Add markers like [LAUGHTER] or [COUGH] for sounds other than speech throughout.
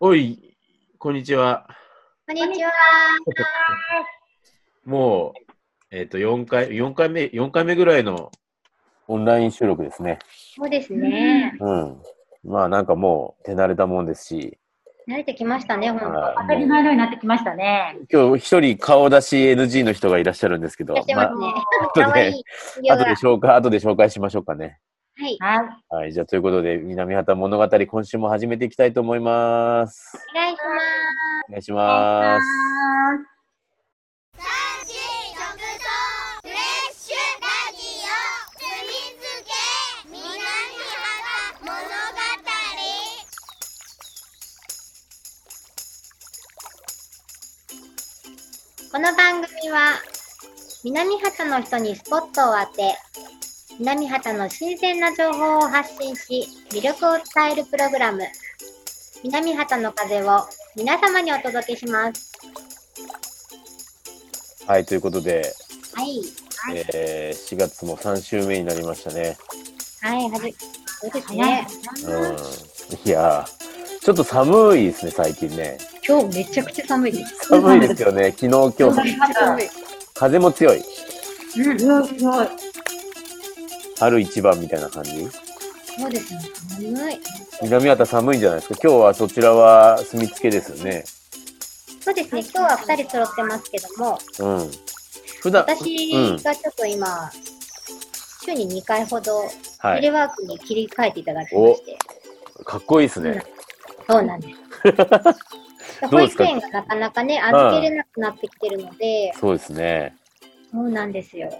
おい、こんにちは。こんにちは。もう、えっ、と、4回、4回目、4回目ぐらいの、オンライン収録ですね。そうですね。うん。まあなんかもう手慣れたもんですし、慣れてきましたね、ほんと。は当たり前のようになってきましたね。今日一人顔出し NG の人がいらっしゃるんですけどいらっ、しゃいますね。 [LAUGHS] まあかわいい企業後が。はで紹介、後で紹介しましょうかね。い。はい。はい。じゃあということで、南畑物語、今週も始めていきたいと思います。お願いします。お願いします。三四食堂フレッシュラジオすみつけ南原物語この番組は、南畑の人にスポットを当て、南畑の新鮮な情報を発信し、魅力を伝えるプログラム、南畑の風を皆様にお届けします。はい。ということで、はい。えー、4月も3週目になりましたね。はい、はじ、そうです早いね。うん。いやー、ちょっと寒いですね、最近ね。今日めちゃくちゃ寒いです。寒いですよね。昨日、今日、寒い。風も強い。うん、うわすごい。春一番みたいな感じそうですね。寒い。南畑寒いんじゃないですか今日はそちらは住み付けですよねそうですね、今日は2人揃ってますけども、うん普段私うんがちょっと今、週に2回ほどはテレいワークに切り替えていただきまして、かっこいいですねそうなん [LAUGHS] です。ど保うです育か園がなかなかね、預けれなくなってきてるので、そうですねそうなんですよ。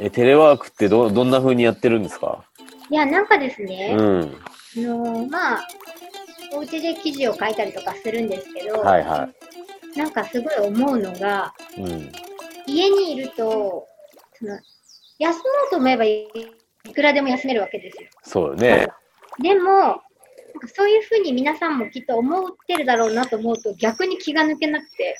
えテレワークってどどんな風にやってるんですかいや、なんかですうね、んあのーまあ、お家で記事を書いたりとかするんですけど、はいはなんかすごい思うのが、いうん家にいると、その休もうと思えばいくらでも休めるわけですよ。そうよねでも、なんかそういうふうに皆さんもきっと思ってるだろうなと思うと逆に気が抜けなく [LAUGHS] て、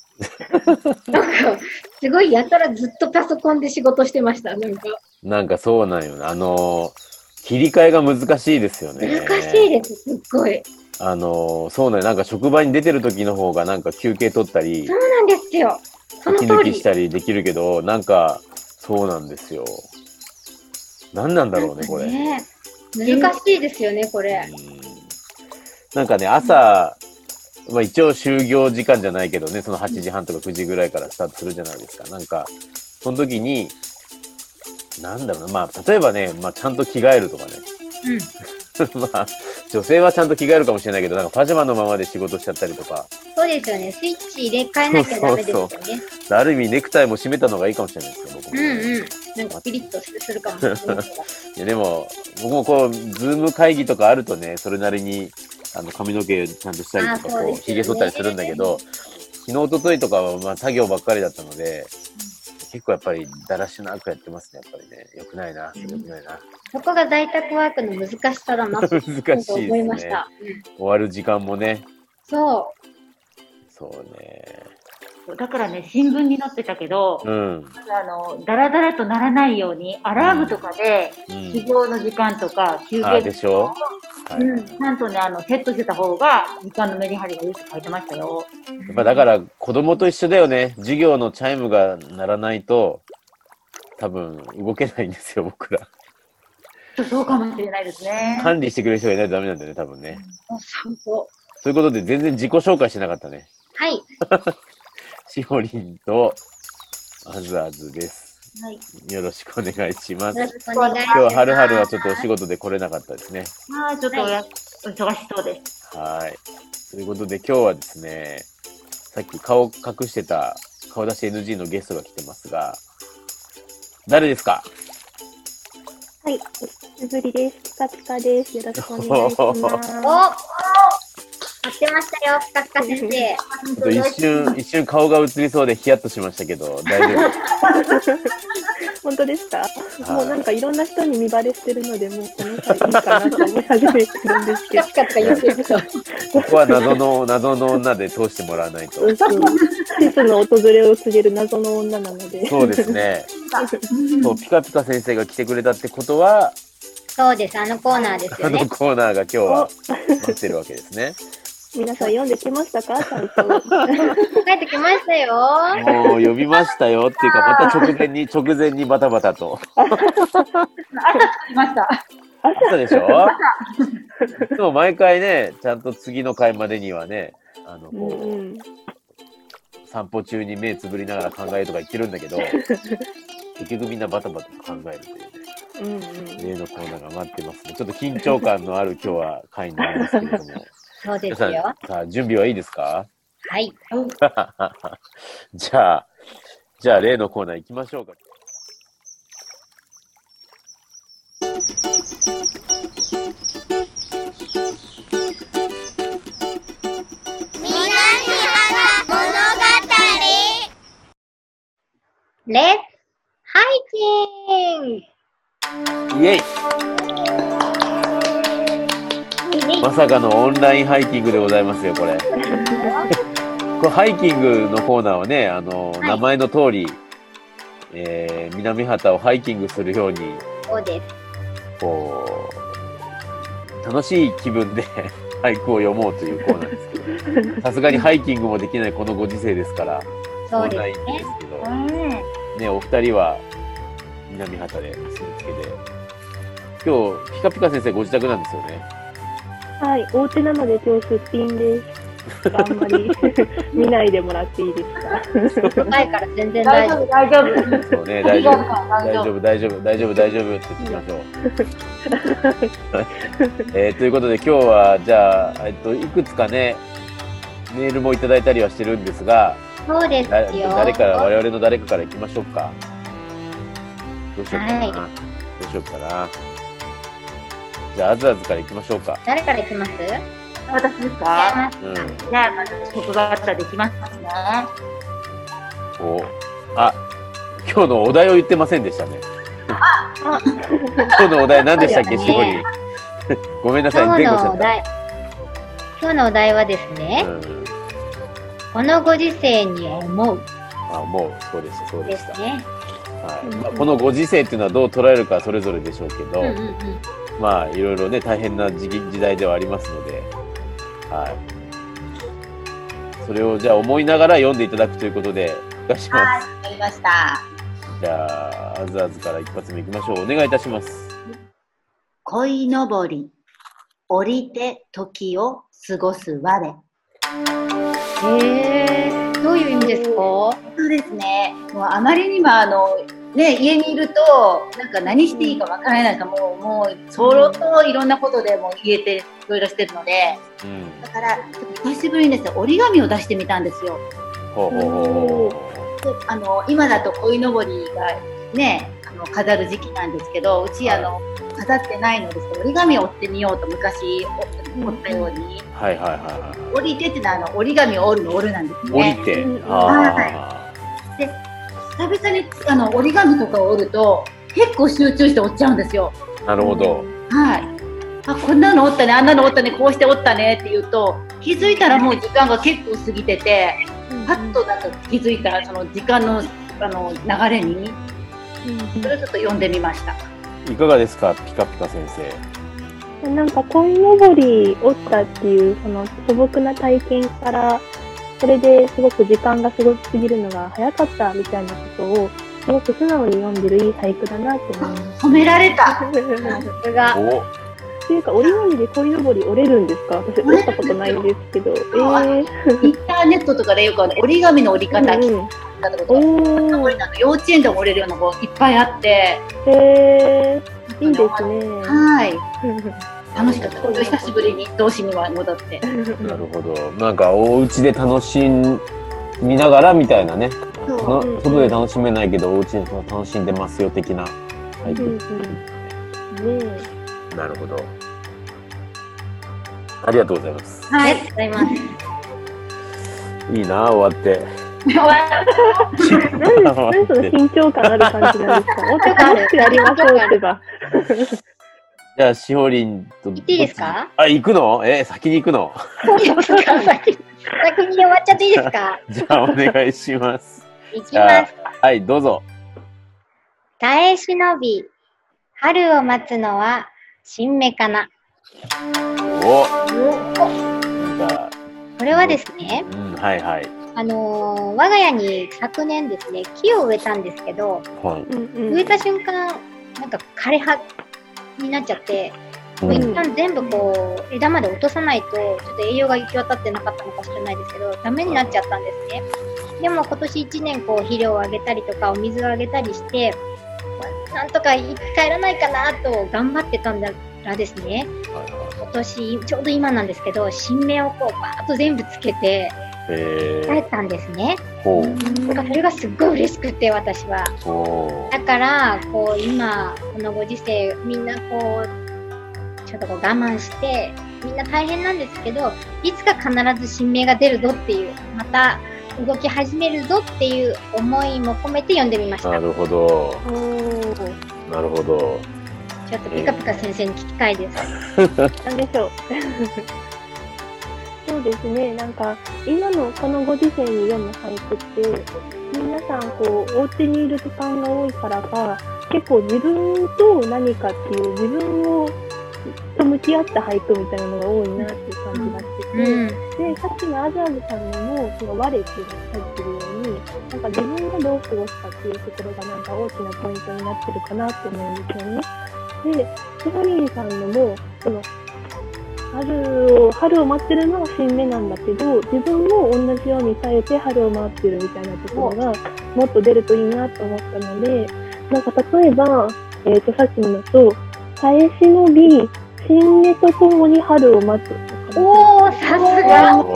なんかすごいやたらずっとパソコンで仕事してました。なんかなんかそうなんよねあのー切り替えが難しいですよね難しいです、すっごい。あのーそうなんよなんか職場に出てる時の方がなんか休憩取ったりそうなんですよ。その息通抜きりし。たりできるけどなんかそうなんですよ何なんだろうねこれね難しいですよね、これ。うんなんかね、朝、まあ、一応就業時間じゃないけどね、その8時半とか9時ぐらいからスタートするじゃないですか。なんか、その時に、なんだろうな、まあ、例えばね、まあ、ちゃんと着替えるとかね。 [LAUGHS] まあ、女性はちゃんと着替えるかもしれないけど、なんかパジャマのままで仕事しちゃったりとか、そうですよね。スイッチ入れ替えなきゃダメですよね。ある意味ネクタイも締めたのがいいかもしれないですけど、僕もうんうん。なんかピリッとするかもしれないけど。いやでも、僕もこう、ズーム会議とかあるとね、それなりに、あの、髪の毛ちゃんとしたりとあか、ーそうこでう、すよね髭剃ったりするんだけど、昨日、一昨日とかは、まあ、作業ばっかりだったので、結構やっぱり、だらしなくやってますね、やっぱりね。よくないな、よくないな。そこが在宅ワークの難しさだなと難しいです思いましね。た。うん終わる時間もね。そそうね。だからね、新聞に載ってたけど、うん。あの、だらだらとならないように、アラームとかで、う起ん。業の時間とか、休あー憩で時しょはい。うんや間、ちゃんとね、あの、セットしてた方が、時間のメリハリがいいって書いてましたよ。っぱだから、子供と一緒だよね。授業のチャイムが鳴らないと、多分、動けないんですよ、 [LAUGHS] 僕ら。ちょっとそうかもしれないですね。管理してくれる人がいないとダメなんだよね、多分ね。う。お散歩。ということで、全然自己紹介してなかったね。はい。しほりんと、あずあずです。はい。よよろしくお願いします。今ろしくお願いします。日ははるはるはちょっとお仕事で来れなかったですね。まあ、ちょっとおやお忙しそうです。はい。ということで、今日はですね、さっき顔隠してた、顔出し NG のゲストが来てますが、誰ですかはい、お久しぶりです。ピカピカです。よろしくお願いします。お待ってましたよ、ピカピカち先生。ょっと [LAUGHS] 一瞬、一瞬顔が映りそうでヒヤッとしましたけど、大丈 [LAUGHS] 夫です本当ですかはいもうなんかいろんな人に見バレしてるので、もうこの人いいかなと思い始めてるんですピけカどピ。カとか言ってると。ここは謎の、謎の女で通してもらわないとう。ん季節の訪れを告げる謎の女なので。そうですね。そう、ピカピカ先生が来てくれたってことは、そうです、あのコーナーですあよのね。コーナーが今日は待ってるわけですね。皆さん読んできましたかちゃんと。帰ってきましたよ。もう呼びましたよっていうか、また直前に、直前にバタバタと。いました。朝でしょいつも毎回ね、ちゃんと次の回までにはね、あの、うんこうん。う、散歩中に目つぶりながら考えるとか言ってるんだけど、結局みんなバタバタと考えるというね。うんうん。例のコーナーが待ってますね。ちょっと緊張感のある今日は会になりますけれど [LAUGHS] も。そうで皆すさん、よさ。あ、準備はいいですかはい。じゃあ、じゃあ例のコーナー行きましょうか。南原物語レッツハイキングイエイまさかのオンラインハイキングでございますよ、 [LAUGHS] これ。これハイキングのコーナーはね、あの、い名前の通り、えー、南畑をハイキングするように、そうです。こう、楽しい気分で [LAUGHS] 俳句を読もうというコーナーですけど、さすがにハイキングもできないこのご時世ですから、そオうンでラインすでねす。けど、うん。ね、お二人は南畑で住みつけで、今日、ピカピカ先生ご自宅なんですよね。はい、お家なので今日すっぴんです。あんま [LAUGHS] り見ないでもらっていいですか。前から全然大大丈丈夫、大丈夫。そうね、大丈夫。大大丈丈夫。夫、大丈夫、大丈夫、大丈夫って言っていきましょう。えーということで今日はじゃあ、えっと、いくつかねメールもいただいたりはしてるんですが夫。そうですだよ。誰から我々の誰かからいきましょうかどうしようかな、はいどうしようかなじゃああずあずからいきましょうか、誰から行きます私ですかうん、じゃあ、まず、僕がったできますね。おあ今日のお題を言ってませんでしたね [LAUGHS] 今日のお題何でしたっけそうしだぼりねごめんなさい今日前後しちのゃおった題。今日のお題はですね、うんこのご時世に思うあもうそうでしたそうででしすた、ね。はいうんまあこのご時世っていうのはどう捉えるかはそれぞれでしょうけど、うんうんうん。まあいろいろね大変な時期時代ではありますので、はい、それをじゃあ思いながら読んでいただくということでお願いしますわかりました。じゃああずあずから一発目いきましょうお願いいたします恋のぼり、降りて時を過ごす我。へー、どういう意味ですかそうですね。もうあまりにもあの、ね、家にいると、なんか何していいかわからないなんかもう、もう、相当いろんなことでもう家でいろいろしてるので、うんだから、久しぶりにですね、折り紙を出してみたんですよ。ほうほうほうほであの今だと鯉のぼりがねあの飾る時期なんですけどうち、はいあの飾ってないのですけど折り紙を折ってみようと昔お折ったようにうはいはいはいは折り手ってのはあの折り紙を折るの折るなんですい降りねて、うんあ久々にあの折り紙とかを折ると結構集中して折っちゃうんですよあなるほど、はいあこんなの折ったねあんなの折ったねこうして折ったねって言うと気づいたらもう時間が結構過ぎててパッとなんか気づいたらその時間のあの流れにそれをちょっと読んでみましたいかがですかピカピカ先生なんか鯉のぼり折ったっていうその素朴な体験からそれですごく時間が過ごしすぎるのが早かったみたいなことをすごく素直に読んでるいい俳句だなと思います。褒められた。さすが。おっていうか折り紙で鯉のぼり折れるんですか私折ったことないんですけど。えー、インターネットとかでよくあの折り紙の折り方、うん聞うんき方とか、お折ーり紙の幼稚園でも折れるような子いっぱいあって、えー、いいですね。はい、楽しかった。久しぶりに同志には戻って。なるほど。なんかお家で楽しみながらみたいなね。そうの外で楽しめないけどお家で楽しんでますよ的な。はい。うんうん。ねえ。なるほど。ありがとうございます。あはりいがと、うございます。いいな終わって。終わっ何何その緊張感ある感じなんですかもっと楽しくやりましょうってば。 [LAUGHS] じゃあしほりんと。行っていいですか？あ行くの？え先に行くの？ [LAUGHS] 先に先に終わっちゃっていいですかじゃあお願いします。いきじゃまあ [LAUGHS] す。はいどうぞ。耐え忍び、春を待つのは新芽かな。お。なんかれはですね、うん、はいはい。あのー我が家に昨年ですね、木を植えたんですけど、はい。うんうん植えた瞬間、なんか枯れ葉になっちゃって、もう一旦全部こう、枝まで落とさないと、ちょっと栄養が行き渡ってなかったのかもしれないですけど、ダメになっちゃったんですね。でも今年1年こう、肥料をあげたりとか、お水をあげたりして、なんとか生き返らないかなと頑張ってたんだらですね、今年、ちょうど今なんですけど、新芽をこう、バーッと全部つけて、え生えー、たんですね。ほう。なんかそれがすっごい嬉しくて、私は。ほだから、こう、今、このご時世、みんなこう、ちょっとこう我慢して、みんな大変なんですけど、いつか必ず新芽が出るぞっていう、また動き始めるぞっていう思いも込めて読んでみましう。なた。るほど。おーなるほど。ちょっとピカピカ先生に聞きたいです。なんでしょう。 [LAUGHS] そうですね、なんか、今のこのご時世に読む俳句って、皆さん、こう、お家にいる時間が多いからか、結構自分と何かっていう、自分を、と向き合った俳句みたいなのが多いなっていう感じがしてて、うん。で、さっきのアザーズさんのも、その我っていうのが入ってるように、なんか自分がどう過ごすかっていうところがなんか大きなポイントになってるかなって思うんですよね。で、セファリーさんのも、その、春を、春を待ってるのが新芽なんだけど、自分も同じように耐えて春を待ってるみたいなところが、もっと出るといいなと思ったので、なんか例えば、えっ、と、さっきのだと、耐え忍び、新芽とともに春を待つとかですね。おー、さすがお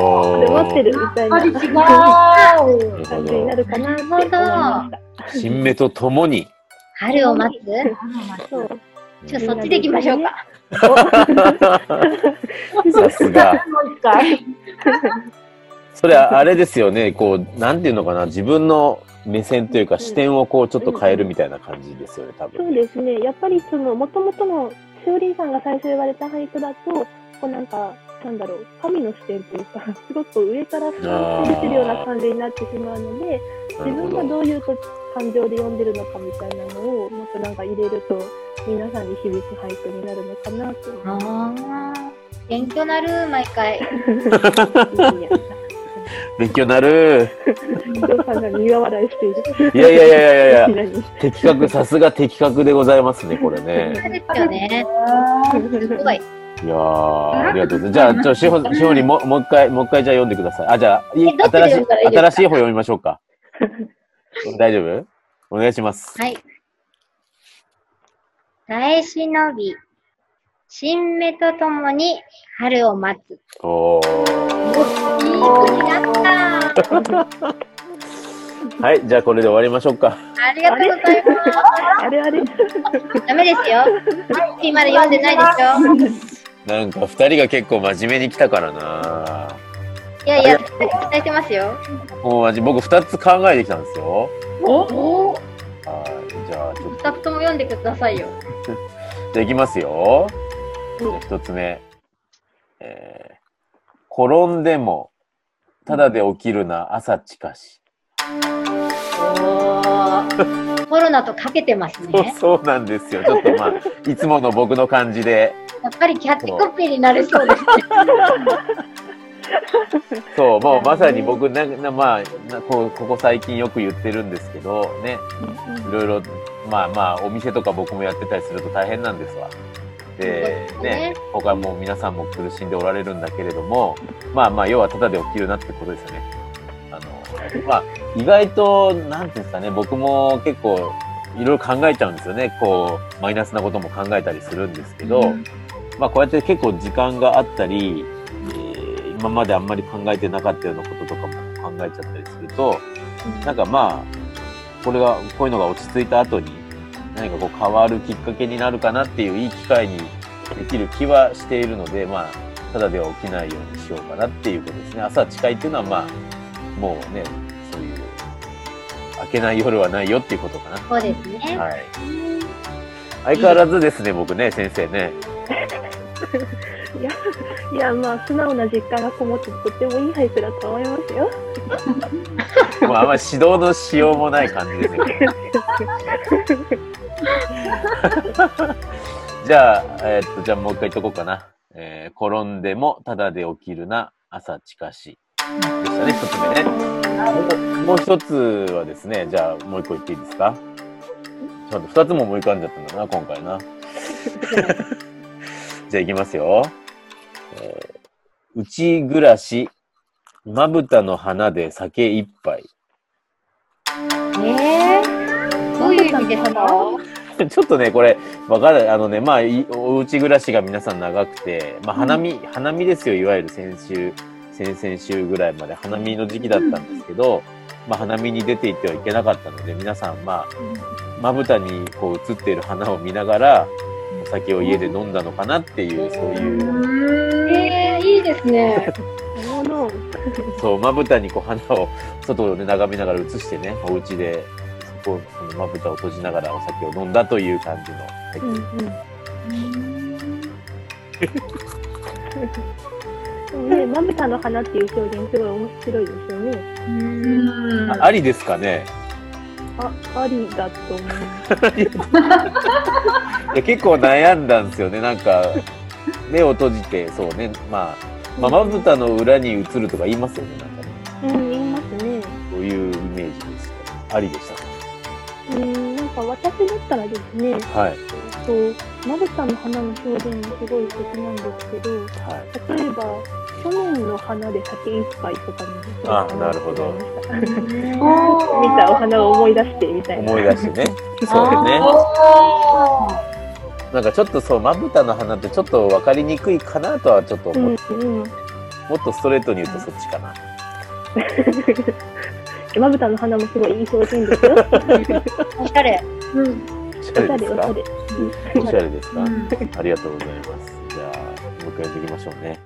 で待ってる。るみたやっいぱりな違うなるほ感じにどな。るかなって思いまし新芽とともに。春を待つた。そう。ちょっとそっちで行きましょうか。 [LAUGHS] さすが。もう一回。それはあれですよね。こう、なんていうのかな。自分の目線というか視点をこう、ちょっと変えるみたいな感じですよね、多そ分うね。ですね。やっぱりその、もともとの、しおりんさんが最初言われた俳句だと、こうなんか、なんだろう、神の視点というか、すごく上から俯瞰して見てるような感じになってしまうので、な自るほ分がど。どういうと感情で読んでるのかみたいなのを、もっとなんか入れると、皆さんに響く俳句になるのかなと思いあまー、勉強なる、毎回。す。勉強になる。伊藤さんが苦笑いしている。いやいやいやいやいやいや。や [LAUGHS] いや。的確、さすが的確でございますね、これね。そうですよね。すごい。いやー、ありがとうございます。じゃあ、ちょ、しほ、しほりんも、もう一回、もう一回じゃあ読んでください。あ、じゃあ、いえどっちで新しい読んだらいいですか新しい方読みましょうか。 [LAUGHS] 大丈夫お願いします。はい。耐え忍び、新芽とともに春を待つ。いいおー。気になった。はい、じゃあこれで終わりましょうか。ありがとうございまあれあれ。す。ダメですよ。今まで読んでないでしょ。なんか、二人が結構真面目に来たからないやいや、期待してますよ。もう真面僕二つ考えてきたんですよ。おお。はい、じゃあ、ちょっと、二つとも読んでくださいよ。じゃあいきますよ。じゃあ一つ目。えー、転んでも、ただで起きるな、朝近し。コロナとかけてます [LAUGHS] そうね。そうなんですよ。ちょっとまあ、いつもの僕の感じで、やっぱりキャッチコピーになるそうです。そう、もうまさに僕な、なまあなこう、ここ最近よく言ってるんですけど、ね、いろいろ、まあまあ、お店とか僕もやってたりすると大変なんですわ。で、そうですねね、僕はもう皆さんも苦しんでおられるんだけれども、まあまあ、要はタダで起きるなってことですよね。あの、まあ、意外と、なんていうんですかね、僕も結構、いろいろ考えちゃうんですよね。こう、マイナスなことも考えたりするんですけど、まあ、こうやって結構時間があったり、えー今まであんまり考えてなかったようなこととかも考えちゃったりすると、なんかまあ、これが、こういうのが落ち着いた後に、何かこう変わるきっかけになるかなっていういい機会にできる気はしているので、まあ、ただでは起きないようにしようかなっていうことですね。朝近いっていうのはまあ、もうね、そういう、明けない夜はないよっていうことかな。そうですね。はい。相変わらずですね、僕ね、先生ね。いや、まあ、素直な実感がこもって、とってもいい俳句だと思いますよ。もうあんまり指導のしようもない感じですね。[LAUGHS] じゃあ、えーっと、じゃあもう一回言っとこうかな。えー転んでもただで起きるな、朝近しでしたね、一つ目ね。もうもう一つはですね、じゃあもう一個言っていいですかちょっと二つも思い浮かんじゃったんだな、今回な。じゃあいきますよ。えー、内暮らし、まぶたの花で酒一杯。えー、どういう意味ですか [LAUGHS] ちょっとね、これ、わかる、あのね、まあ、いおうち暮らしが皆さん長くて、まあ、花見、花見ですよ、いわゆる先週、先々週ぐらいまで花見の時期だったんですけど、まあ、花見に出ていってはいけなかったので、皆さん、まあ、まぶたにこう映っている花を見ながら、お酒を家で飲んだのかなっていう、そういう、えー、いいですね。 [LAUGHS] なるほど。そう、まぶたにこう花を外をね、眺めながら映してね、お家で、そこ、そのまぶたを閉じながらお酒を飲んだという感じの。うんうん。でもね、まぶたの花っていう表現すごい面白いですよね。うんあありですかねあ、ありだと思う。いや結構悩んだんですよねなんか目を閉じてそうねまあまあまぶたの裏に映るとか言いますよねなんかねうん、言いますね。そういうイメージでしたありでしうん、なんか私だったらですね、たはいそう、まぶたの花の表現もすごい素敵なんですけど、はい例えば、去年の花で酒一杯とかにもそうあかなるほどと思いました [LAUGHS] 見たお花を思い出してみたいな。思い出してねそうねなんかちょっとそうまぶたの花ってちょっと分かりにくいかなとはちょっとう思っんて、うん。もっとストレートに言うとそっちかな [LAUGHS] まぶたの花もすごいいい表現 [LAUGHS] ですよ。おしゃれ。おしおゃしゃれでれすかおしゃれ。おしゃれですか、ありがとうございます。じゃあ、もう一回やっていきましょうね。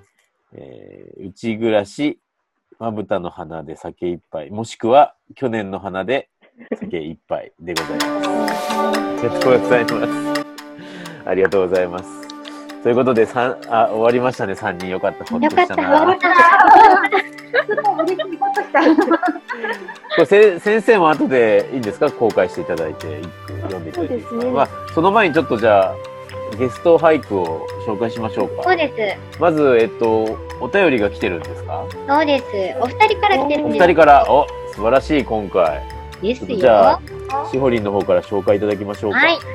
えー、内暮らし、まぶたの花で酒一杯、もしくは去年の花で酒一杯でございます。ありがとうございます。ありがとうございます。ということで、三あ終わりましたね、3人。よかった、ほっとよかっ、したたな。終わっこた。れせ先生も後でいいんですか公開していただいて、一句読んでいただいていいですかそうですねまあ、その前にちょっとじゃあ、ゲスト俳句を紹介しましょうか。そうです。まず、えっと、お便りが来てるんですかそうです。お二人から来てるお二んです。人から、お、素晴らしい、今回。でちょっすとじゃよあ。、しほりんの方から紹介いただきましょうか。はい。じ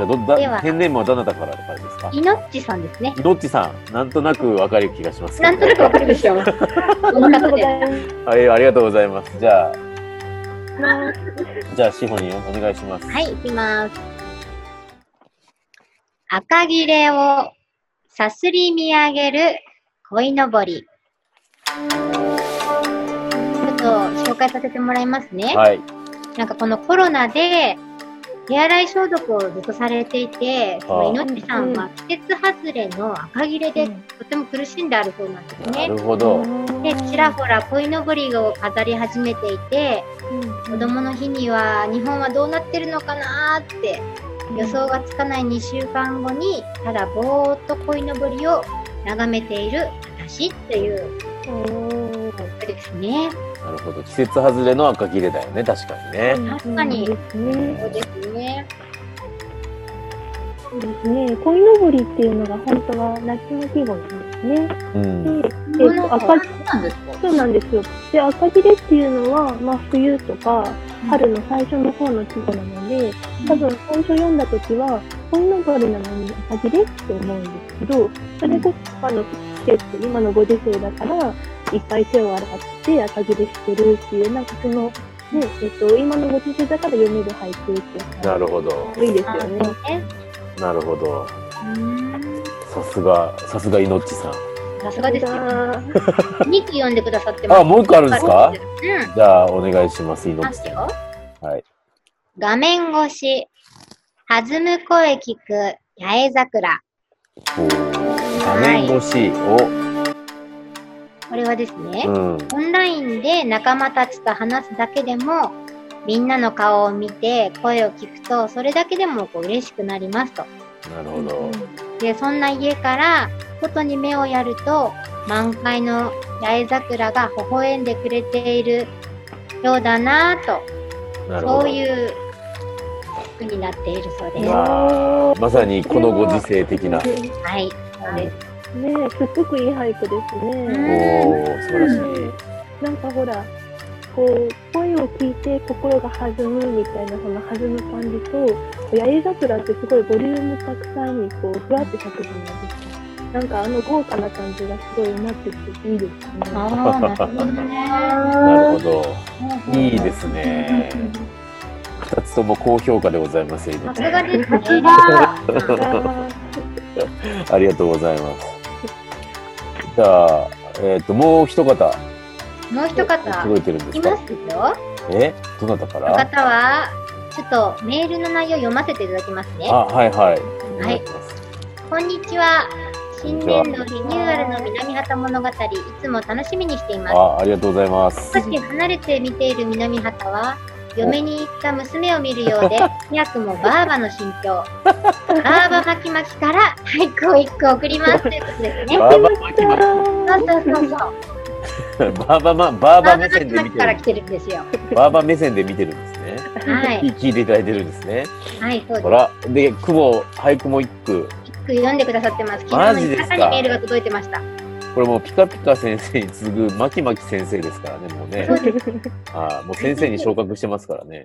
ゃあ、ど、でだ、はペンネームはどなたからからですかいのっちさんですね。いのっちさん、なんとなくわかる気がしますけどなんとなくわかるでしょう。こあのりがと方うごでざいます。はい、ありがとうございます。じ [LAUGHS] ゃあ、じゃあ、しほりん、お願いします。はい、いきます。赤切れをさすり見上げる鯉のぼり。ちょっと紹介させてもらいますね。はい。なんかこのコロナで手洗い消毒をずっとされていて、そのいのっちさんは季節外れの赤切れでとても苦しんであるそうなんですなねる。ほど。で、ちらほら鯉のぼりを飾り始めていて、子供の日には日本はどうなってるのかなーって予想がつかない2週間後にただぼーっと鯉のぼりを眺めている私ということですね。なるほど。季節外れの赤切れだよね、確かにね。確かにですね。そうですね。そうですね。鯉のぼりっていうのが本当は夏の季語なんですね。うん。で、えっと、赤なんですかそうなんですよ。で、赤切れっていうのは、まあ、冬とか春の最初の方の季語なので、多分最初読んだ時は、こんなぼりなのに赤切れって思うんですけど、それこそ今の季節、今のご時世だから、いっぱい手を洗って赤切れしてるっていう、なんかその、ね、えっと、今のご時世だから読める俳句っていうなるのほど。がいいですよね。ね。なるほど。さすが、さすがいのっちさん。さすがですよ。あ2句読んでくださってます。あ、もう一個あるんですかうん。じゃあ、お願いします、いのっまちすさん。よ。はい。画面越し、弾む声聞く八重桜。おー画面越しを、これはですね、うん、オンラインで仲間たちと話すだけでも、みんなの顔を見て声を聞くと、それだけでもこう嬉しくなりますと。なるほど。で、そんな家から外に目をやると、満開の八重桜が微笑んでくれているようだなぁと、なるほど。そういう句になっているそうです。わあまさにこのご時世的な。 [LAUGHS] はい、そうです。ねえすっごくいい俳句ですおね。ー、素晴らしい。なんかほら、こう、声を聞いて心が弾むみたいな、その弾む感じと、八重桜ってすごいボリュームたくさんにこう、ふわって咲くじゃないですか。なんかあの豪華な感じがすごいなってていいですね。ああ、なるほ [LAUGHS] どね。なるほど。いいですね。二つとも高評価でございます。エリさナすちゃんがですね。 [LAUGHS] [LAUGHS] ありがとうございます。じゃあ、えっ、と、もう一方、もう一方、届いてるんでいすまかすよ。えどなたかこらの方は、ちょっとメールの内容読ませていただきますね。あ、はいはい。おは願いいしますこんにちは。こん新にちは年度リニューアルの南畑物語、いつも楽しみにしています。あ、ありがとうございます。少し離れて見ている南畑は、嫁に行った娘を見る [LAUGHS] ようで、早くもバーバの心境。バーバ巻き巻きから俳句を一句送り [LAUGHS] ますということですね。 [LAUGHS] バーバ巻き巻そうそうそうそう。き、 [LAUGHS] バーバマ、バーババーバ目巻線きで巻見きかてらる来。てるんですよ。バーバ目線で見てるんですね。はい。聞いていただいてるんですね。はい、そうですほ。ら、で、久保、俳句も一句。一句読んでくださってます。昨マ日ジのですか朝にメールが届いてました。これもうピカピカ先生に次ぐマキマキ先生ですからね、もうねそ。うです。あーもう先生に昇格してますから [LAUGHS] ね。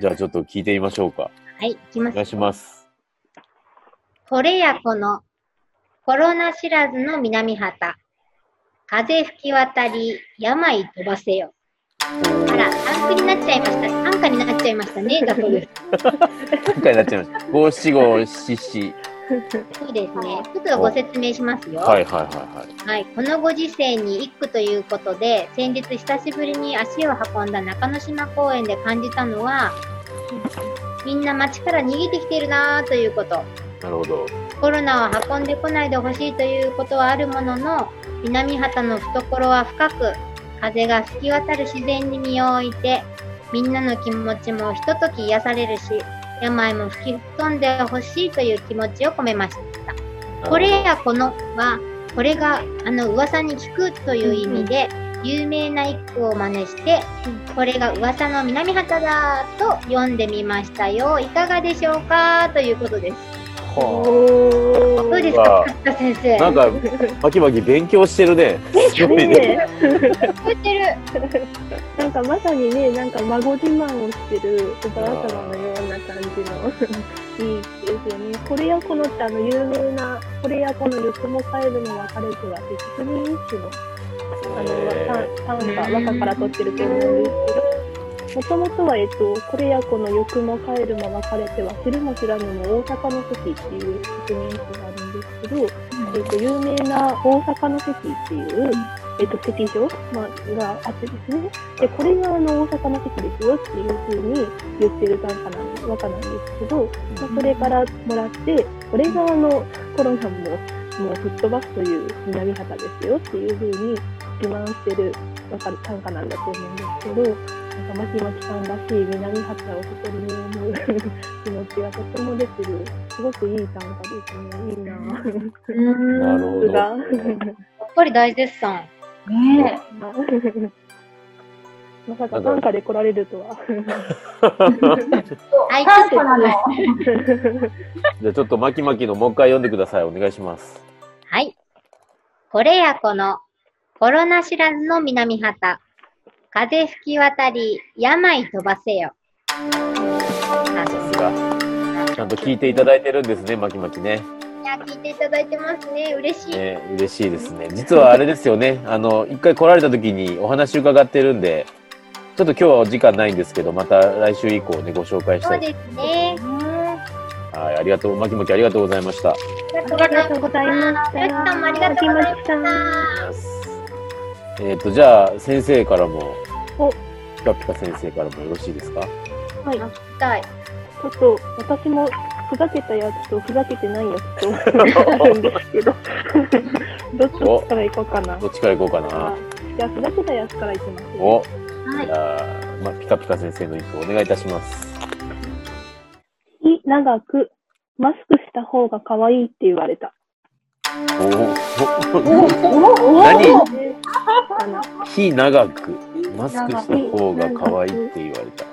じゃあちょっと聞いてみましょうか。はい、いきまお願いすし。ます。これやこの、コロナ知らずの南畑。風吹き渡り、病飛ばせよ。あら、短歌になっちゃいました。短歌になっちゃいました [LAUGHS] ね。だそうです。今回になっちゃいました。五七五七七。そうですね。ちょっとご説明しますよ。はいはいはいはい。はい、このご時世に一句ということで先日久しぶりに足を運んだ中之島公園で感じたのはみんな街から逃げてきているなぁということなるほど。コロナは運んでこないでほしいということはあるものの南畑の懐は深く風が吹き渡る自然に身を置いてみんなの気持ちもひととき癒されるし病も吹き飛んでほしいという気持ちを込めました。これやこのは、これがあの噂に聞くという意味で、有名な一句を真似して、これが噂の南畑だと読んでみましたよ。いかがでしょうかということです。はおどうですわかあ、勝田先あ生。なんか、マキマキ勉強してるね。 [LAUGHS] すごいね。ね覚えてる。えなんかまさにね、なんか孫自慢をしてるおばあ様のような感じのいい句ですよね。これやこのってあの有名な、これやこのよくも帰るも別れてはって、国民一首のあえの、短歌、和歌から取ってると思うんですけど、もともとは、えっと、これやこの欲も帰るも別れては、知るも知らぬも大阪の席っていう国民詩があるんですけど、えっと、有名な大阪の席っていう、えっと、席所、まあ、があってですね、で、これがあの、大阪の席ですよっていうふうに言ってる短歌なんで、和歌なんですけど、まあ、それからもらって、これがあの、コロナも、もう吹っ飛ばすという南畑ですよっていうふうに自慢してるわかる短歌なんだと思うんですけど、なんかまきまきさんらしい南畑を誇りに思う気持ちがとても出てる、すごくいい短歌ですね。いいなぁ。ーなるほ普ど。や段。っぱり大絶賛。ねまさか短歌で来られるとは。はい、短歌なのじゃあちょっとマキマキのもう一回読んでください。お願いします。はい。これやこの、コロナ知らずの南畑。風吹き渡り、病飛ばせよ。ささすが。ちゃんと聞いていただいてるんですね、マキマキね。いや、聞いていただいてますね。嬉しい。ね、嬉しいですね。実はあれですよね、あの、一回来られた時にお話伺ってるんで、ちょっと今日はお時間ないんですけど、また来週以降ね、ご紹介しそたうい。ですね。はい、ありがとう、まきまきありがとうございました。ありありがとうございました。ゆきさんもありがとうございまし。ましたえっ、と、じゃあ、先生からも、おピカピカ先生からもよろしいですかはい。聞きたい。ちょっと私もふざけたやつとふざけてないやつとあるんです [LAUGHS] けど、どっちから行こうかなど。っちから行こうかあな。じゃあ、ふざけたやつから行きます。お、はいじ。ゃあ、ま、ピカピカ先生の一句お願いいたします。い長く、マスクした方が可愛いって言われた。おお、お何かな。日長くマスクした方が可愛いって言われた。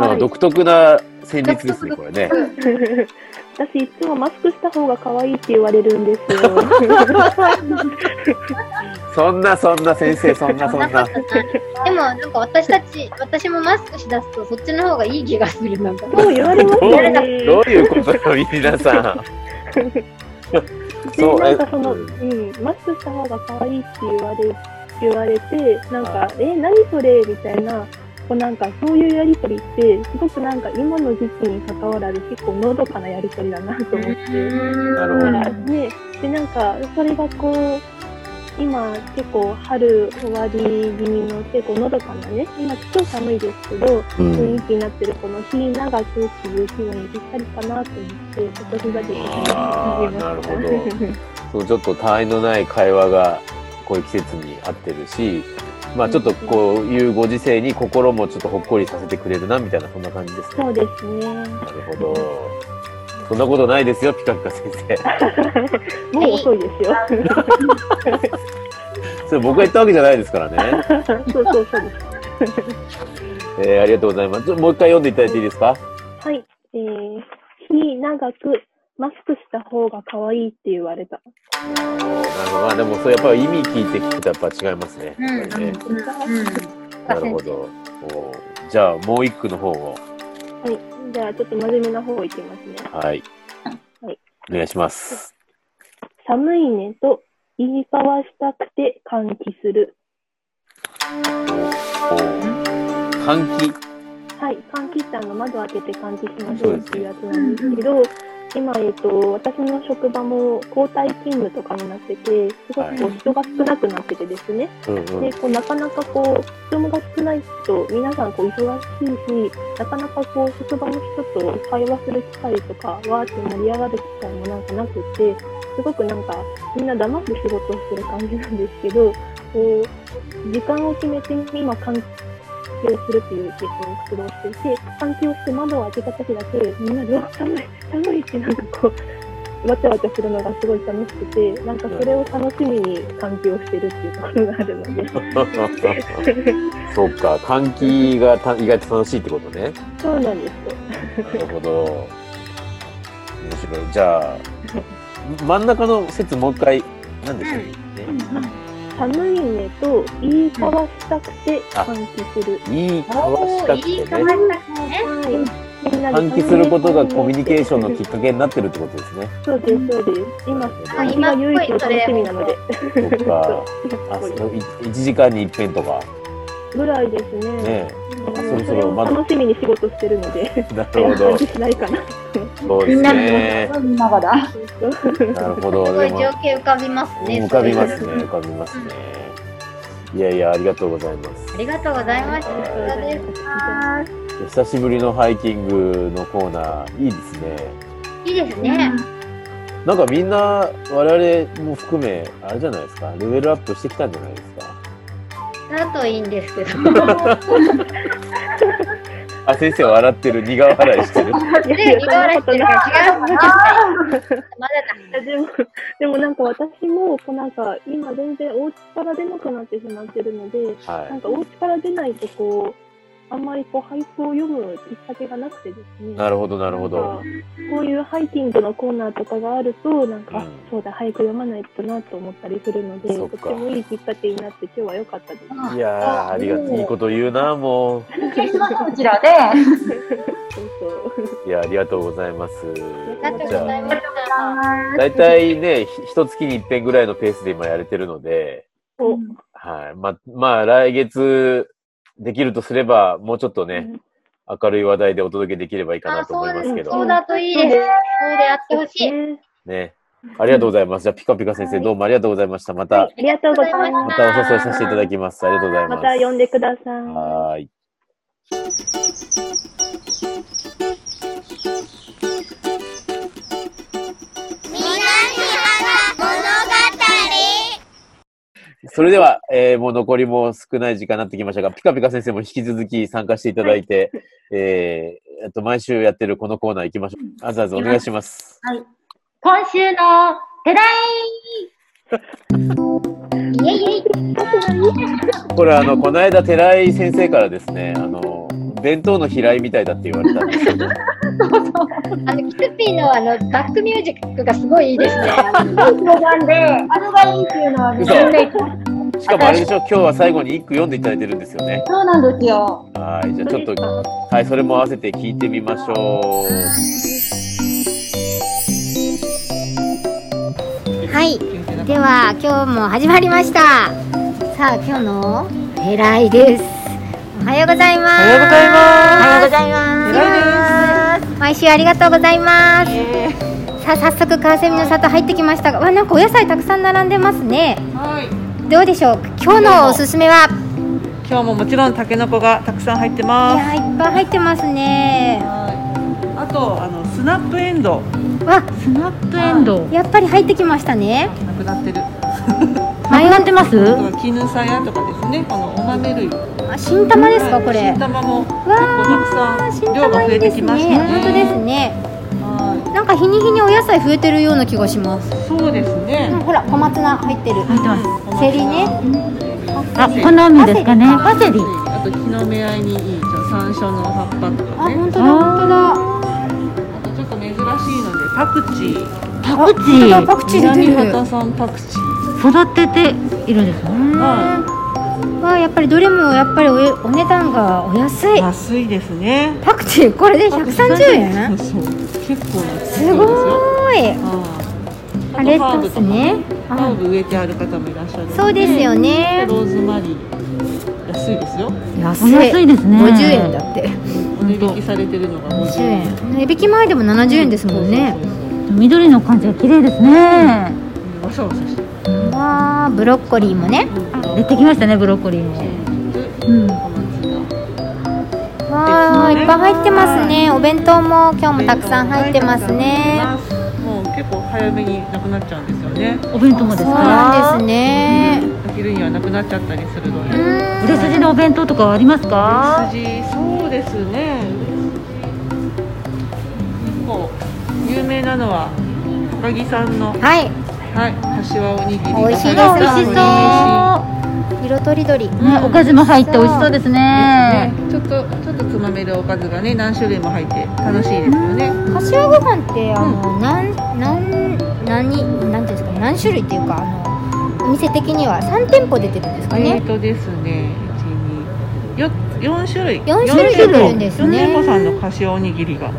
なんはかい独特な旋律ですね、これね。そう [LAUGHS] 私いつもマスクした方が可愛いって言われるんですよ。 [LAUGHS] そんなそんな先生、そんなそんな。でも、なんか私たち、私もマスクしだすと、そっちの方がいい気がする。なんか。そう言われますよどね。ういうことよ、皆さん。で、そうなえんかその、ううんん、マスクした方が可愛いって言われ、言われて、なんか、え、何それみたいな、こうなんか、そういうやりとりって、すごくなんか、今の時期に関わらず、結構のどかなやりとりだなと思って。なだからるね、でなんかそれがこう今結構春終わり気味の結構のどかなね今超寒いですけほどど。うん雰囲気になってるこの「日長く」っていう季語にぴったりかなと思って今年だけあーなるほどそうちょっと他愛のない会話がこういう季節に合ってるし、まあちょっとこういうご時世に心もちょっとほっこりさせてくれるなみたいなそんな感じですね。そうですねなるほど。そんなことないですよ、ピカピカ先生。もう遅いですよそれ僕が言ったわけじゃないですからね。そうそうそうですえーありがとうございます。ちょもう一回読んでいただいていいですかはいえー「日長くマスクした方が可愛いって言われたなるほど。まあでもそれやっぱり意味聞いて聞くとやっぱ違いますね。やっぱりねなるほど。おーじゃあもう一句の方を。」はいじゃあちょっと真面目な方いきますねはい。はいお願いします。寒いねと言い交わしたくて歓喜する。おー換気。はい、換気ってあの窓開けて換気しましょそううですねっていうやつなんですけど、今、えっと、私の職場も交代勤務とかになってて、すごくこうはい人が少なくなっててですね、うんうんでこうなかなかこう人が少ないと、皆さんこう忙しいし、なかなかこう職場の人と会話する機会とか、わーって盛り上がる機会もなんかなくて、すごくなんかみんな黙って仕事をしてる感じなんですけど、こう時間を決めて今換気をするっていう実験を活動していて、換気をして窓を開けた時だけみんなでうわ寒い寒いってなんかこうわちゃわちゃするのがすごい楽しくて、なんかそれを楽しみに換気をしてるっていうところがあるので、そうか、換気がた意外と楽しいってことね。そうなんですよ。なるほど。面白い。じゃあ、真ん中の説もう一回、何でしたっけ、ね寒いねと言い交わしたくて換気する。いい顔したくいいてかね、はい。みんなで換気することがコミュニケーションのきっかけになってるってことですね。そうです、そうです。今、なる換気が唯一の楽しみなので。ほどそっ [LAUGHS] か。あそのい1時間に一遍とか、ぐらいですね。ね、うんそろそそれろをまだ楽しみに仕事してるので、なるほ換 [LAUGHS] ど気。しないかな。そうですね。見ながら。なるほど。すごいでも情景浮かびますね。浮かびますそね、れ浮かびますね。いやいや、ありがとうございますあ。りがとうございました。はい本当です久しぶりのハイキングのコーナー、いいですね。いいですね。なんかみんな、我々も含め、あれじゃないですか、レベルアップしてきたんじゃないですか。だといいんですけど。あ、先生笑ってる、苦笑いしてる。で、苦笑いしてるから違うかな。まだだ。いや [LAUGHS] でも、でもなんか私も、こうなんか今全然お家から出なくなってしまってるので、なんはかお家から出ないとこう、あんまりこう俳句を読むきっかけがなくてですね。い。なるほど、なるほなんどか。こういうハイキングのコーナーとかがあると、なんか、うんあそうだ、俳句読まないとなと思ったりするので、そとっかってもいいきっかけになって、今日は良かったです。いやー、ありがとう。いいこと言うな、もう。こちらで。そうそう。いや、ありがとうございます。ありがじとゃうござあ、いました。大体ね、ひ一月に一遍ぐらいのペースで今やれてるので、おはい。ま、まあ、来月できるとすれば、もうちょっと [LAUGHS] ね、明るい話題でお届けできればいいかあ、なとそ思いうまですけす。ど。そうだといいです。そうであってほしい。ねね。ありがとうございます。じゃあ、ピカピカ先生、どうもありがとうございました。また、ありがとうございます。またお誘いさせていただきます。ありがとうございます。また呼んでください。はーい。南原物語それでは、えーもう残りも少ない時間になってきましたが、ピカピカ先生も引き続き参加していただいて、えーえっと、毎週やってるこのコーナー行きましょう。あずあずお願いします。今週のテラ [LAUGHS] イン。イエイエイ。これ、あの、こ [LAUGHS] の間、寺井先生からですね、あの、弁当の平井みたいだって言われたんですけど、あの、キューピーのあの、バックミュージックがすごいいいですね。あれがいいっていうのはね、嘘しかもあれでしょ、今日は最後に一句読んでいただいてるんですよね。そうなんですよ。はい、じゃあちょっと、はい、それも合わせて聞いてみましょう。はい。では、今日も始まりました。さあ、今日の、偉いです。おはようございます。おはようございます。おはようございます。毎週ありがとうございます。さあ、早速、川蝉の里入ってきましたが、わ、なんかお野菜たくさん並んでますね。はい、どうでしょう今日のおすすめは今日ももちろんタケノコがたくさん入っています。やーいっぱい入ってますねあとあのスナップエンドウ、わスナップエンドやっぱり入ってきましたねなくなってる。迷ってますあとは絹さやとかですね、このお豆類。あ新玉ですかはいこれ新玉も結構わたーくさ新ん量玉が増いいえでてすきねましたね。本当ですねはなんか日に日にお野菜増えてるような気がします、い、そうですうん、ね。ほら小松菜入ってるうんセリね。あ、好みですかね。パセリ。あと木の芽合いにいい山椒の葉っぱとあかね。本当だ本当だあとちょっと珍しいのでパクチー。パクチ本当だーパクチー出て南る畑さんパクチー。育てているんですね。はわあやっぱりどれもやっぱりおえお値段がお安い。い安いですね。パクチーこれで130円そうそう結構なすすごーいあレタスねハーブ植えてある方もいらっしゃるのそうですよねローズマリー安いですよ安お安いですね。 50円だってお値引きされてるのが50 50円値引き前でも70円ですもんねそうそうそう緑の感じが綺麗ですね。そうわさわさしてわあブロッコリーもね出てきましたね、ブロッコリーも。うん。小松菜わあいっぱい入ってますねお弁当も今日もたくさん入ってますねたくさん入ってますもう結構早めになくなっちゃうんですよねお弁当もですそうか。なんですねお昼にはなくなっちゃったりするのうで売れー売んれ筋のお弁当とかはありますか。筋そうですね結構有名なのは高木さんのはいはい、柏おにぎり。美味しいですあ、美美味し味しそ色とりどりう。ね、おかずも入って美味しそうですね。ね、ちょっと、ちょっとつまめるおかずがね、何種類も入って、楽しいですよね。柏ご飯ってあのなんなん何なんていうんですか何種類っていうかあのお店的には3店舗出てるんですかえねーとですね、一二、よ、四種類。四種類出てるんですね四店舗さんの柏おにぎりが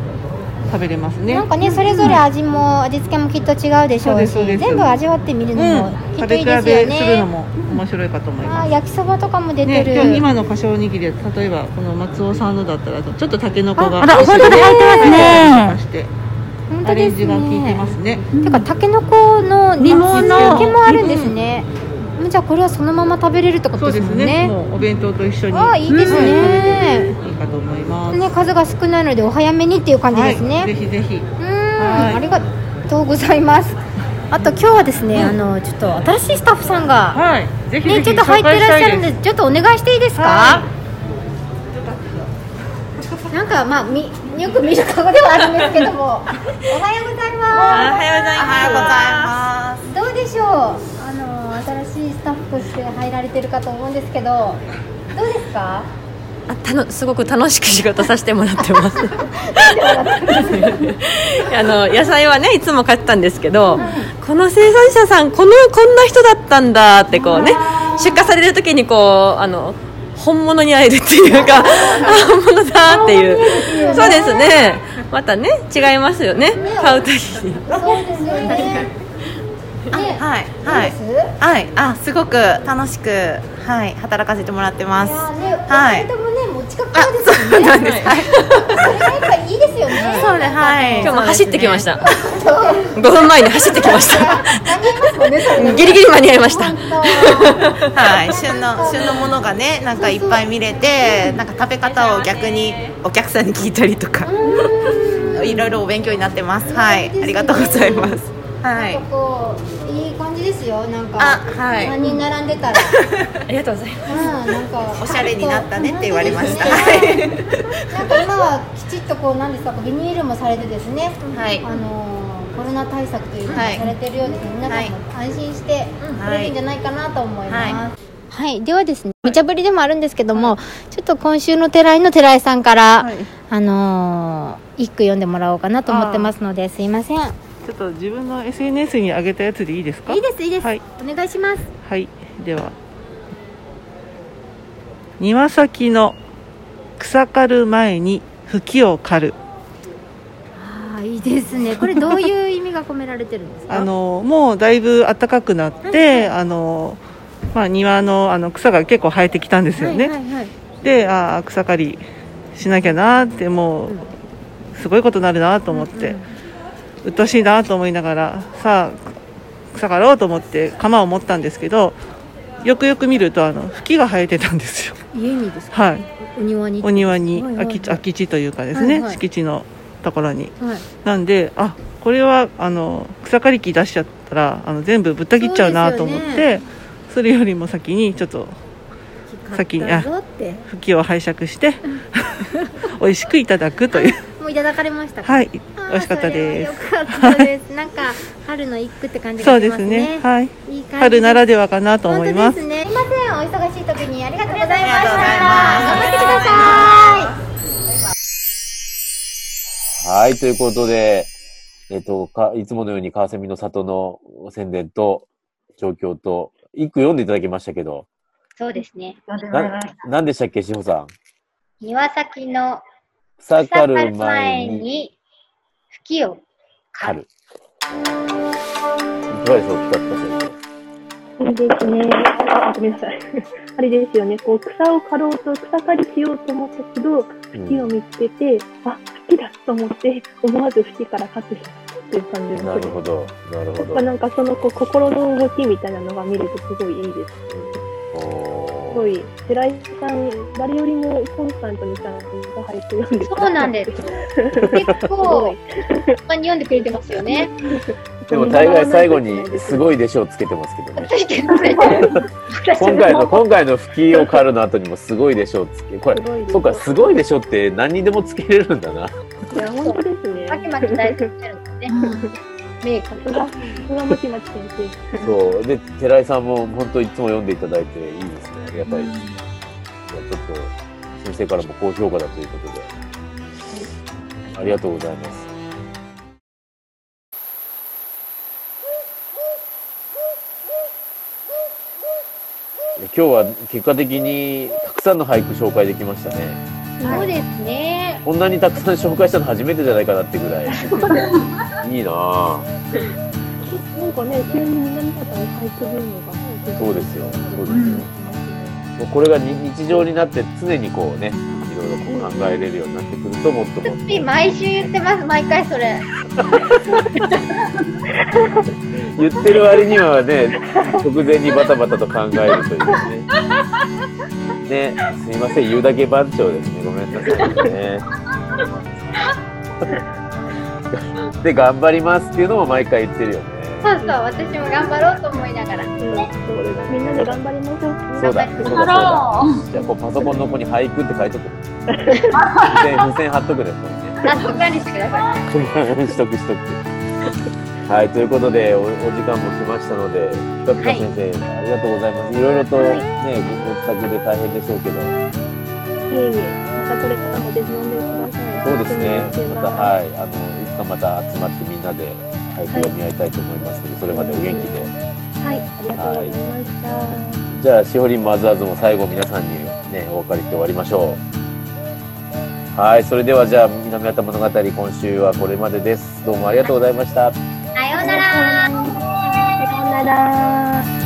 食べれますねなん。かねそれぞれ味も味付けもきっと違うでしそょううでしすそうです全部味わってみるのうもん、きっ食とべいい比ですよべするのねも面白いかと思いあまーす。焼きそばとかも出てね、る今日今の柏おにぎりは例えばこの松尾さんのだったらちょっとたけのこがあら、本当に入ってますね。して本ア当レでンすジが効いてまねすね。てかたけのこの煮物物けもあるんですねうんじゃあこれはそのまま食べれるってこそとうでですもすんね。ねもうお弁当と一緒に。ああいいですねいいかと思います。ね数が少ないのでお早めにっていう感じですはい、ぜねひぜひ。うーはんいありがとうございますあと今日はですねあのちょっと新しいスタッフさんがはい、ぜひぜねひちょっと入ってらっしゃるん紹介したいでちょっとお願いしていいですかはなんかまあみよく見る顔ではあるんですけどもおはようございますおどうでしょうあの新しいスタッフとして入られてるかと思うんですけどどうですか [LAUGHS] はようございます。あたのすごく楽しく仕事させてもらって [LAUGHS] ます。あの野菜はねいつも買ってたんですけど、この生産者さんこのこんな人だったんだってこうね出荷される時にこうあの本物に会えるっていうかあ本物だっていうそうですねまたね違いますよね買う時に。そうですよねねはいどうです、いはい、あ、すごく楽しく、はい、働かせてもらってまやーね、はいお二人ともね、もう近くからですよね。なんです。はい、それがやっぱいいですよね。そうで、はい。今日も走ってきました。5分前に走ってきました。間に合いますもんね、それね。ギリギリ間に合いました。はい、旬の旬のものがねなんかいっぱい見れてなんか食べ方を逆にお客さんに聞いたりとかいろいろお勉強になってますはいありがとうございますはないんかこう、いい感じですよ、なんか。あはい三人並んで [LAUGHS] たら。ありがとうございます。うん、なんか。おしゃれになったねって言われました本当はですねなんか今はきちっとこう、なんですか、ビニールもされてですね。はいあのーコロナ対策というのもはいされてるようですので、は皆いさんも安心して来れるんじゃないかなと思います。ははいいではですね、無茶ぶりでもあるんですけども、ちょっと今週の寺井の寺井さんから、あのー一句読んでもらおうかなと思ってますのですいませんちょっと自分の SNS に上げたやつでいいですかいいですいいです、はい、お願いしますはいでは庭先の草刈る前に吹きを刈るああいいです [LAUGHS] ねこれどういう意味が込められてるんですかあのもうだいぶ暖かくなってあの、まあ、庭のあの草が結構生えてきたんですよね、はいはいはいでああ草刈りしなきゃなーってもうすごいことになるなと思って、うっとしいなと思いながらさあ草刈ろうと思って鎌を持ったんですけどよくよく見るとあの茎が生えてたんですよ [LAUGHS] 家にですかはいお庭にお庭にはいはいはい空き地空き地というかですね、はいはい敷地のところに、はいなんであこれはあの草刈り機出しちゃったらあの全部ぶった切っちゃうなと思っそうてでそ,、れよりも先にちょっと先に買っあたぞって茎を拝借して [LAUGHS] 美味しくいただくというもういただかれましたかはい美味しかったですよかった [LAUGHS] ですなんか春の一句って感じそがうしでますすねねはいいい感じ春ならではかなと思います本当ですねすいませんお忙しい時にありがとうございました頑張ってくださいはい、ということで、えっ、とか、いつものように川蝉の里の宣伝と状況と、一句読んでいただきましたけど、そうですねな、なんでしたっけ、志保さん。庭先の草草刈刈る前る前にに吹きを刈る。いかがでしょう、企画として。あれですね。あごめんなさい。あれですよね。こう草を刈ろうと草刈りしようと思ったけど、木を見つけて、あ、木だと思って思わず木から刈ってしまうっていう感じの。なるほど、なるほやっぱなんど。かそのこう心の動きみたいなのが見れてすごいいいです。すごい寺井さん誰よりもコンスタントにちゃんと配信読んでくださってそうなんです結構たまに読んでくれてますよ [LAUGHS] ねでも大概最後に、 [LAUGHS] すごいでしょうつけてますけどね。ついてるついてる今回の、今回の吹きを刈るの後にも、すごいでしょうつけ、これ、そっか、すごいでしょうって何にでもつけれるんだな。いや本当ですね。まきまき大好きしてるんですね目かぶがそがまきまき先生。そう。で、寺井さんも本当いつも読んでいただいていいですね。やっぱり、いやちょっと、先生からも高評価だということで。ありがとうございます。今日は結果的にたくさんの俳句紹介できましたね。そうですねこんなにたくさん紹介したの初めてじゃないかなってぐらい。いいなぁ。なんかね急に南方に俳句ブームが。そうですよ。そうですよ。もうこれがに日常になって常にこうね、いろいろこう考えれるようになってくるともっともっ毎週言ってます毎回それと言ってる割にはね、直前にバタバタと考えるというね。ね、すいません、言うだけ番長ですね。ごめんなさいね。で、頑張りますっていうのも毎回言ってるよね。そうそう私も頑張ろうと思いながらみんなで頑張りましょうそうだ、そうだ、そうだ。じゃあ、こうパソコンの子に俳句って書いとく。付箋、付箋貼っとくね、これね。納得何してください [LAUGHS] しとくしとく。はい、ということでお、お時間も来ましたので、ピカピカ先生、ありがとうございます。いろいろとね、ごご自宅で大変でしょうけど、いえいえ、またこれからもぜひ読んでくださそうですねい。楽しみにして、ままた、すはい、あの、いつかまた集まってみんなで俳句を見合いたいと思いますので、それまでお元気で。はい、ありがとうございました。じゃあ、しほりんまずあずも最後皆さんにね、お別れして終わりましょう。はい、それではじゃあ、南方物語、今週はこれまでです。どうもありがとうございました。さようならさようなら